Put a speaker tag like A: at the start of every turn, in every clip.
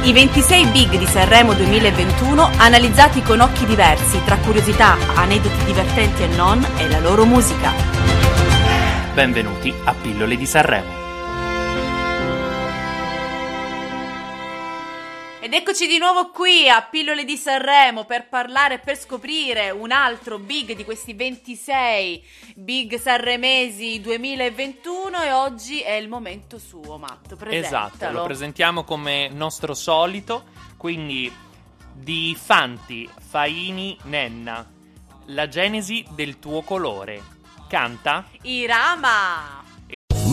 A: I 26 big di Sanremo 2021 analizzati con occhi diversi tra curiosità, aneddoti divertenti e non e la loro musica.
B: Benvenuti a Pillole di Sanremo.
A: Ed eccoci di nuovo qui a Pillole di Sanremo per parlare e per scoprire un altro big di questi 26 big sanremesi 2021 e oggi è il momento suo, Matt. Presentalo.
B: Esatto, lo presentiamo come nostro solito, quindi di Fanti, Faini, Nenna, la genesi del tuo colore. Canta
A: Irama!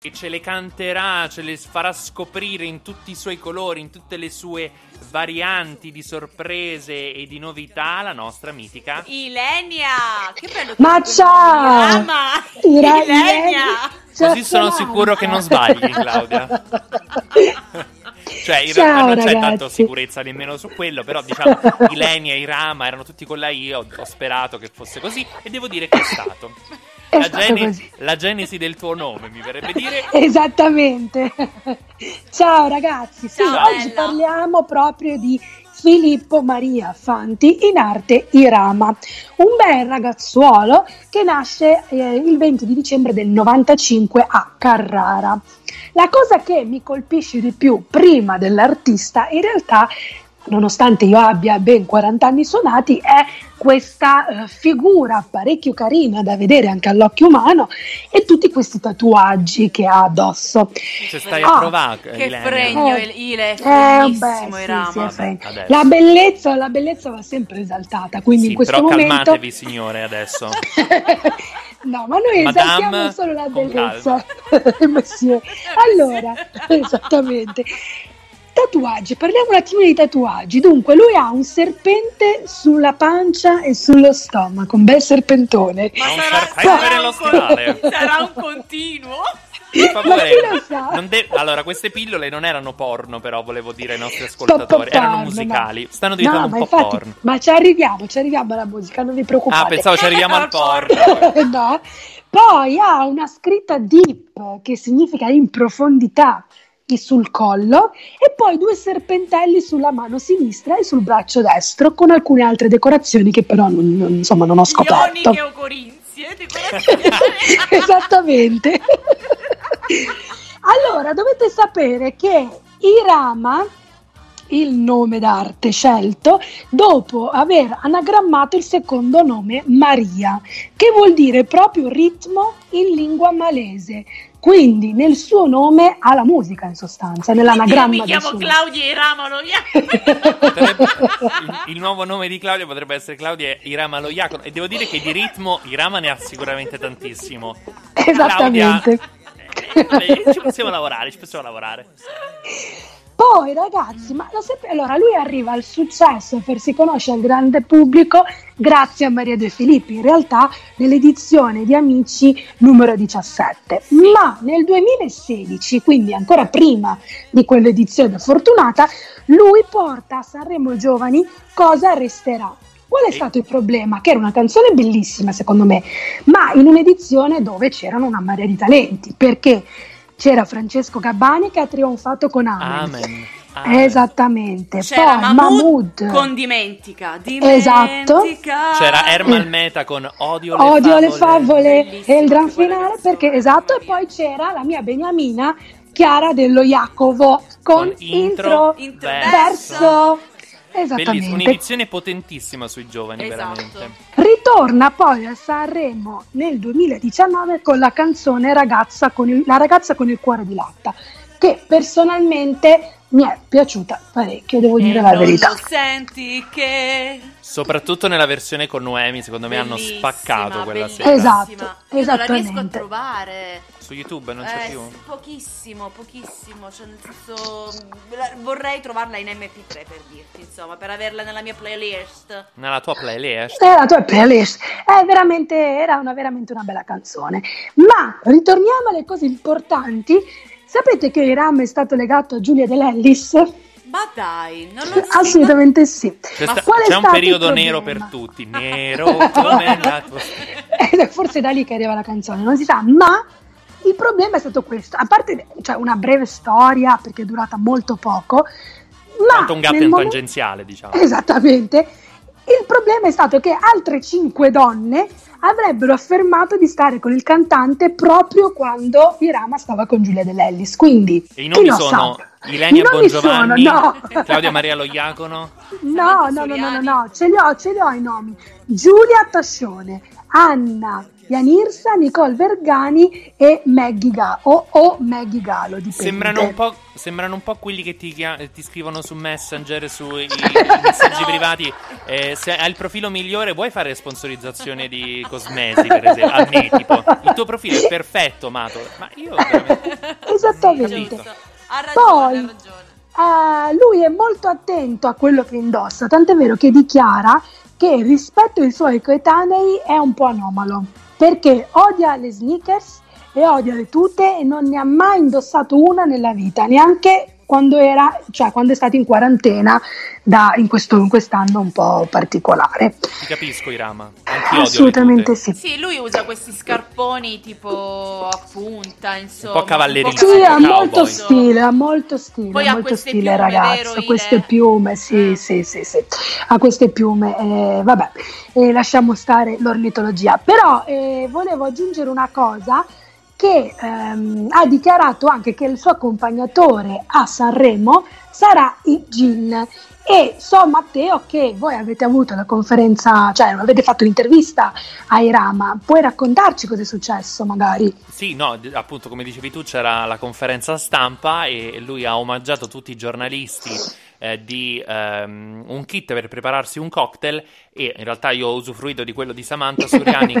B: e ce le canterà, ce le farà scoprire in tutti i suoi colori, in tutte le sue varianti di sorprese e di novità, la nostra mitica.
A: Ilenia! Che bello che
C: Ma
A: ti
C: ciao!
A: chiami Irama!
C: Ira-
A: Ilenia!
C: Ciao,
B: Così sono
C: ciao.
B: sicuro che non sbagli, Claudia. Cioè, in
C: Ciao,
B: realtà non c'è
C: ragazzi.
B: tanto sicurezza nemmeno su quello, però diciamo Ilenia e Irama erano tutti con la I, ho, ho sperato che fosse così e devo dire che è stato.
C: È
B: la,
C: stato così.
B: la genesi del tuo nome, mi verrebbe dire.
C: Esattamente. Ciao ragazzi, sì,
A: Ciao,
C: oggi
A: bella.
C: parliamo proprio di Filippo Maria Fanti, in arte Irama, un bel ragazzuolo che nasce eh, il 20 di dicembre del 95 a Carrara. La cosa che mi colpisce di più prima dell'artista, in realtà, nonostante io abbia ben 40 anni suonati, è questa eh, figura parecchio carina da vedere anche all'occhio umano e tutti questi tatuaggi che ha addosso.
B: Ci Cioè, stai
C: Ah,
B: a provare,
A: Che
B: Ilenia.
A: fregno,
C: Eh.
A: Il- Ile, è
C: Eh,
A: fregnissimo
C: beh, sì, sì,
A: Irama.
C: è fregno.
B: Vabbè, adesso.
C: La bellezza, la bellezza va sempre esaltata, quindi
B: Sì,
C: in questo
B: però
C: momento...
B: calmatevi, signore, adesso.
C: no, ma noi
B: Madame,
C: esaltiamo solo la
B: con
C: bellezza. Monsieur. Allora, esattamente. Tatuaggi, parliamo un attimo di tatuaggi. Dunque, lui ha un serpente sulla pancia e sullo stomaco, un bel serpentone.
A: Ma
B: Non
A: sarà,
B: far- fai
A: sarà
B: vedere
A: un
B: lo
A: con-
B: stivale.
A: sarà un continuo?
B: Per
C: Ma
B: favore,
C: chi lo sa?
B: non de- allora, queste pillole non erano porno, però volevo dire ai nostri ascoltatori,
C: Sto portando,
B: erano musicali.
C: no.
B: Stanno diventando
C: No,
B: un
C: ma
B: po'
C: infatti-
B: porno.
C: Ma ci arriviamo, ci arriviamo alla musica, non vi preoccupate.
B: Ah, pensavo ci arriviamo al porno.
C: no. Poi ha una scritta deep che significa in profondità e sul collo e poi due serpentelli sulla mano sinistra e sul braccio destro con alcune altre decorazioni che però non, non- insomma, non ho scoperto.
A: Ioniche o corinzie? decorazioni.
C: Esattamente. allora, dovete sapere che Irama, il nome d'arte scelto, dopo aver anagrammato il secondo nome Maria, che vuol dire proprio ritmo in lingua malese. Quindi nel suo nome ha la musica in sostanza,
A: Io
C: nell'anagramma
A: mi
C: del
A: chiamo
C: suo nome.
A: Claudia Irama, lo
B: Potrebbe- il, il nuovo nome di Claudia potrebbe essere Claudia Irama lo Iacono. E devo dire che di ritmo Irama ne ha sicuramente tantissimo.
C: Esattamente.
B: Claudia, eh, eh, ci possiamo lavorare, ci possiamo lavorare.
C: Poi ragazzi, ma lo sapete, allora lui arriva al successo e farsi conoscere al grande pubblico grazie a Maria De Filippi, in realtà nell'edizione di Amici numero 17. Ma nel 2016, quindi ancora prima di quell'edizione fortunata, lui porta a Sanremo Giovani Cosa resterà. Qual è
B: Sì.
C: stato il problema? Che era una canzone bellissima secondo me, ma in un'edizione dove c'erano una marea di talenti, perché c'era Francesco Gabbani che ha trionfato con Amen. Esatto.
B: Amen. Amen.
C: Esattamente,
A: C'era
C: poi Mahmood,
A: Mahmood con Dimentica.
C: Esatto.
A: Dimentica.
B: C'era Ermal Meta con Odio le
C: Odio le
B: favole.
C: favole e
A: Bellissima
C: il gran
A: quella
C: finale
A: canzone,
C: perché esatto e
A: mamma
C: poi c'era la mia Beniamina Chiara dello Jacovo con,
B: intro,
C: intro,
B: intro, verso.
C: verso.
B: Bellissimo,
C: Esattamente.
B: un'edizione potentissima sui giovani,
A: Esatto.
B: veramente.
C: Ritorna poi a Sanremo nel 2019 con la canzone Ragazza con il- La ragazza con il cuore di latta, che personalmente mi è piaciuta parecchio, devo dire la
B: Eh,
A: Non
C: verità.
A: lo senti che...
B: Soprattutto nella versione con Noemi, secondo me hanno
A: Bellissima,
B: spaccato quella
A: bellissima.
B: sera.
C: Esatto,
A: Io non la riesco a
C: esattamente.
A: trovare.
B: Su YouTube non c'è
A: Eh,
B: più.
A: sì, pochissimo, pochissimo. Cioè, nel senso, la- vorrei trovarla in MP3 per dirti, insomma, per averla nella mia playlist.
B: Nella tua playlist.
C: Era la tua playlist. È veramente, era una, veramente una bella canzone. Ma ritorniamo alle cose importanti. Sapete che Iram è stato legato a Giulia Dell'Ellis?
A: Ma dai, non lo so.
C: Assolutamente sì.
B: Eh C'è,
C: Ma
B: sta-
C: qual è
B: c'è un
C: stato il
B: periodo nero per
C: problema?
B: tutti. Nero come la tua...
C: Ed è forse da lì che arriva la canzone, non si sa, ma il problema è stato questo, a parte cioè, una breve storia perché è durata molto poco, ma
B: Tanto un gap
C: nel
B: in
C: momen-
B: tangenziale, diciamo.
C: Esattamente. Il problema è stato che altre cinque donne avrebbero affermato di stare con il cantante proprio quando Irama stava con Giulia Dell'Ellis. Quindi
B: E i nomi
C: chi lo
B: sono
C: sa?
B: Ilenia
C: I nomi
B: Bongiovanni,
C: sono- no.
B: Claudia Maria Loiacono.
C: No, no, no, no, no, no, ce li ho, ce li ho i nomi. Giulia Tascione, Anna Ianirsa, Nicole Vergani e Maggie Galo, o, o Maggie Galo, dipende.
B: Sembrano un, po', sembrano un po' quelli che ti, chia- ti scrivono su Messenger, sui i messaggi privati. Eh, se hai il profilo migliore, vuoi fare sponsorizzazione di cosmesi, per esempio? A me, tipo. Il tuo profilo è perfetto, Mato. Ma io veramente...
C: Esattamente.
B: Capito.
A: Ha ragione,
C: Poi-
A: ha ragione.
C: Eh, lui è molto attento a quello che indossa, tant'è vero che dichiara che rispetto ai suoi coetanei è un po' anomalo, perché odia le sneakers e odia le tute e non ne ha mai indossato una nella vita, neanche quando, era, cioè, quando è stato in quarantena da- in, questo- in quest'anno un po' particolare.
B: Ti capisco, Irama. Anch'io odio le
C: Assolutamente
B: tute.
C: sì.
A: Sì, lui usa questi scarponi tipo a punta, insomma.
B: Un po' cioè, cavallerino.
A: un po'
C: Sì, ha
B: Cowboy.
C: molto stile, ha molto stile,
A: Poi ha
C: ha molto
A: queste
C: stile
A: piume, vero,
C: ragazzo,
A: Ile? Eh.
C: ha queste piume, sì, sì, sì, sì, ha queste piume, eh, vabbè, eh, lasciamo stare l'ornitologia, però eh, volevo aggiungere una cosa che ehm, ha dichiarato anche che il suo accompagnatore a Sanremo sarà il Gin e so Matteo che voi avete avuto la conferenza, cioè avete fatto l'intervista a Irama, puoi raccontarci cosa è successo magari?
B: Sì, no, d- appunto come dicevi tu c'era la conferenza stampa e lui ha omaggiato tutti i giornalisti eh, di ehm, un kit per prepararsi un cocktail e in realtà io ho usufruito di quello di Samantha Suriani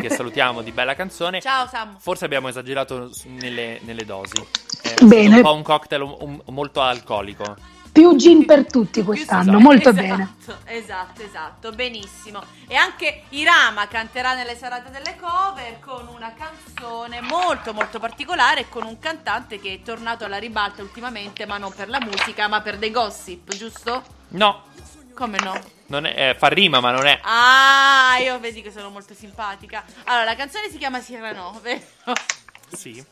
B: che salutiamo di bella canzone.
A: Ciao Sam.
B: Forse abbiamo esagerato s- nelle, nelle dosi. È
C: Bene.
B: stato un po' un cocktail un- un- molto alcolico.
C: Più gin per tutti quest'anno, molto
A: Esatto,
C: bene.
A: Esatto, esatto, benissimo. E anche Irama canterà nelle serate delle cover con una canzone molto molto particolare e con un cantante che è tornato alla ribalta ultimamente, ma non per la musica, ma per dei gossip, giusto?
B: No,
A: Come no?
B: non è- eh, fa rima ma non è...
A: Ah, io vedi che sono molto simpatica. Allora, la canzone si chiama Sirano, vero?
B: Sì,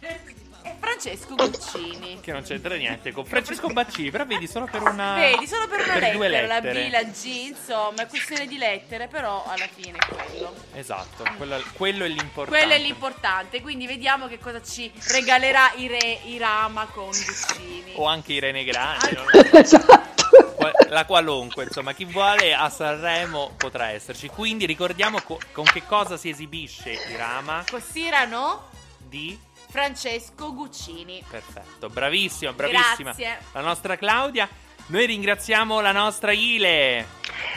A: È Francesco Guccini.
B: che non c'entra niente con Francesco Bacci, però vedi solo per una...
A: Vedi, solo per una
B: per due
A: lettera, la B,
B: lettere.
A: la G, insomma, è questione di lettere, però alla fine è quello.
B: Esatto, quello, quello è l'importante.
A: Quello è l'importante, quindi vediamo che cosa ci regalerà i re Irama con Guccini.
B: o anche Irene Grandi, non-
C: Esatto.
B: qua- la qualunque, insomma, chi vuole a Sanremo potrà esserci. Quindi ricordiamo co- con che cosa si esibisce Irama
A: Con Sirano,
B: di
A: Francesco Guccini.
B: Perfetto, bravissima, bravissima.
A: Grazie.
B: La nostra Claudia. Noi ringraziamo la nostra Ile.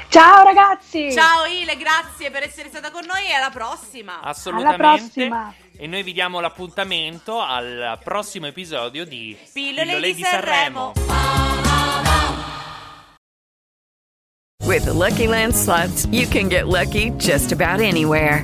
C: Ciao ragazzi!
A: Ciao Ile, grazie per essere stata con noi e alla prossima.
B: Assolutamente.
C: prossima.
B: E noi vi diamo l'appuntamento al prossimo episodio di
A: Pillole di Sanremo.
D: With the Lucky Land slots, you can get lucky just about anywhere.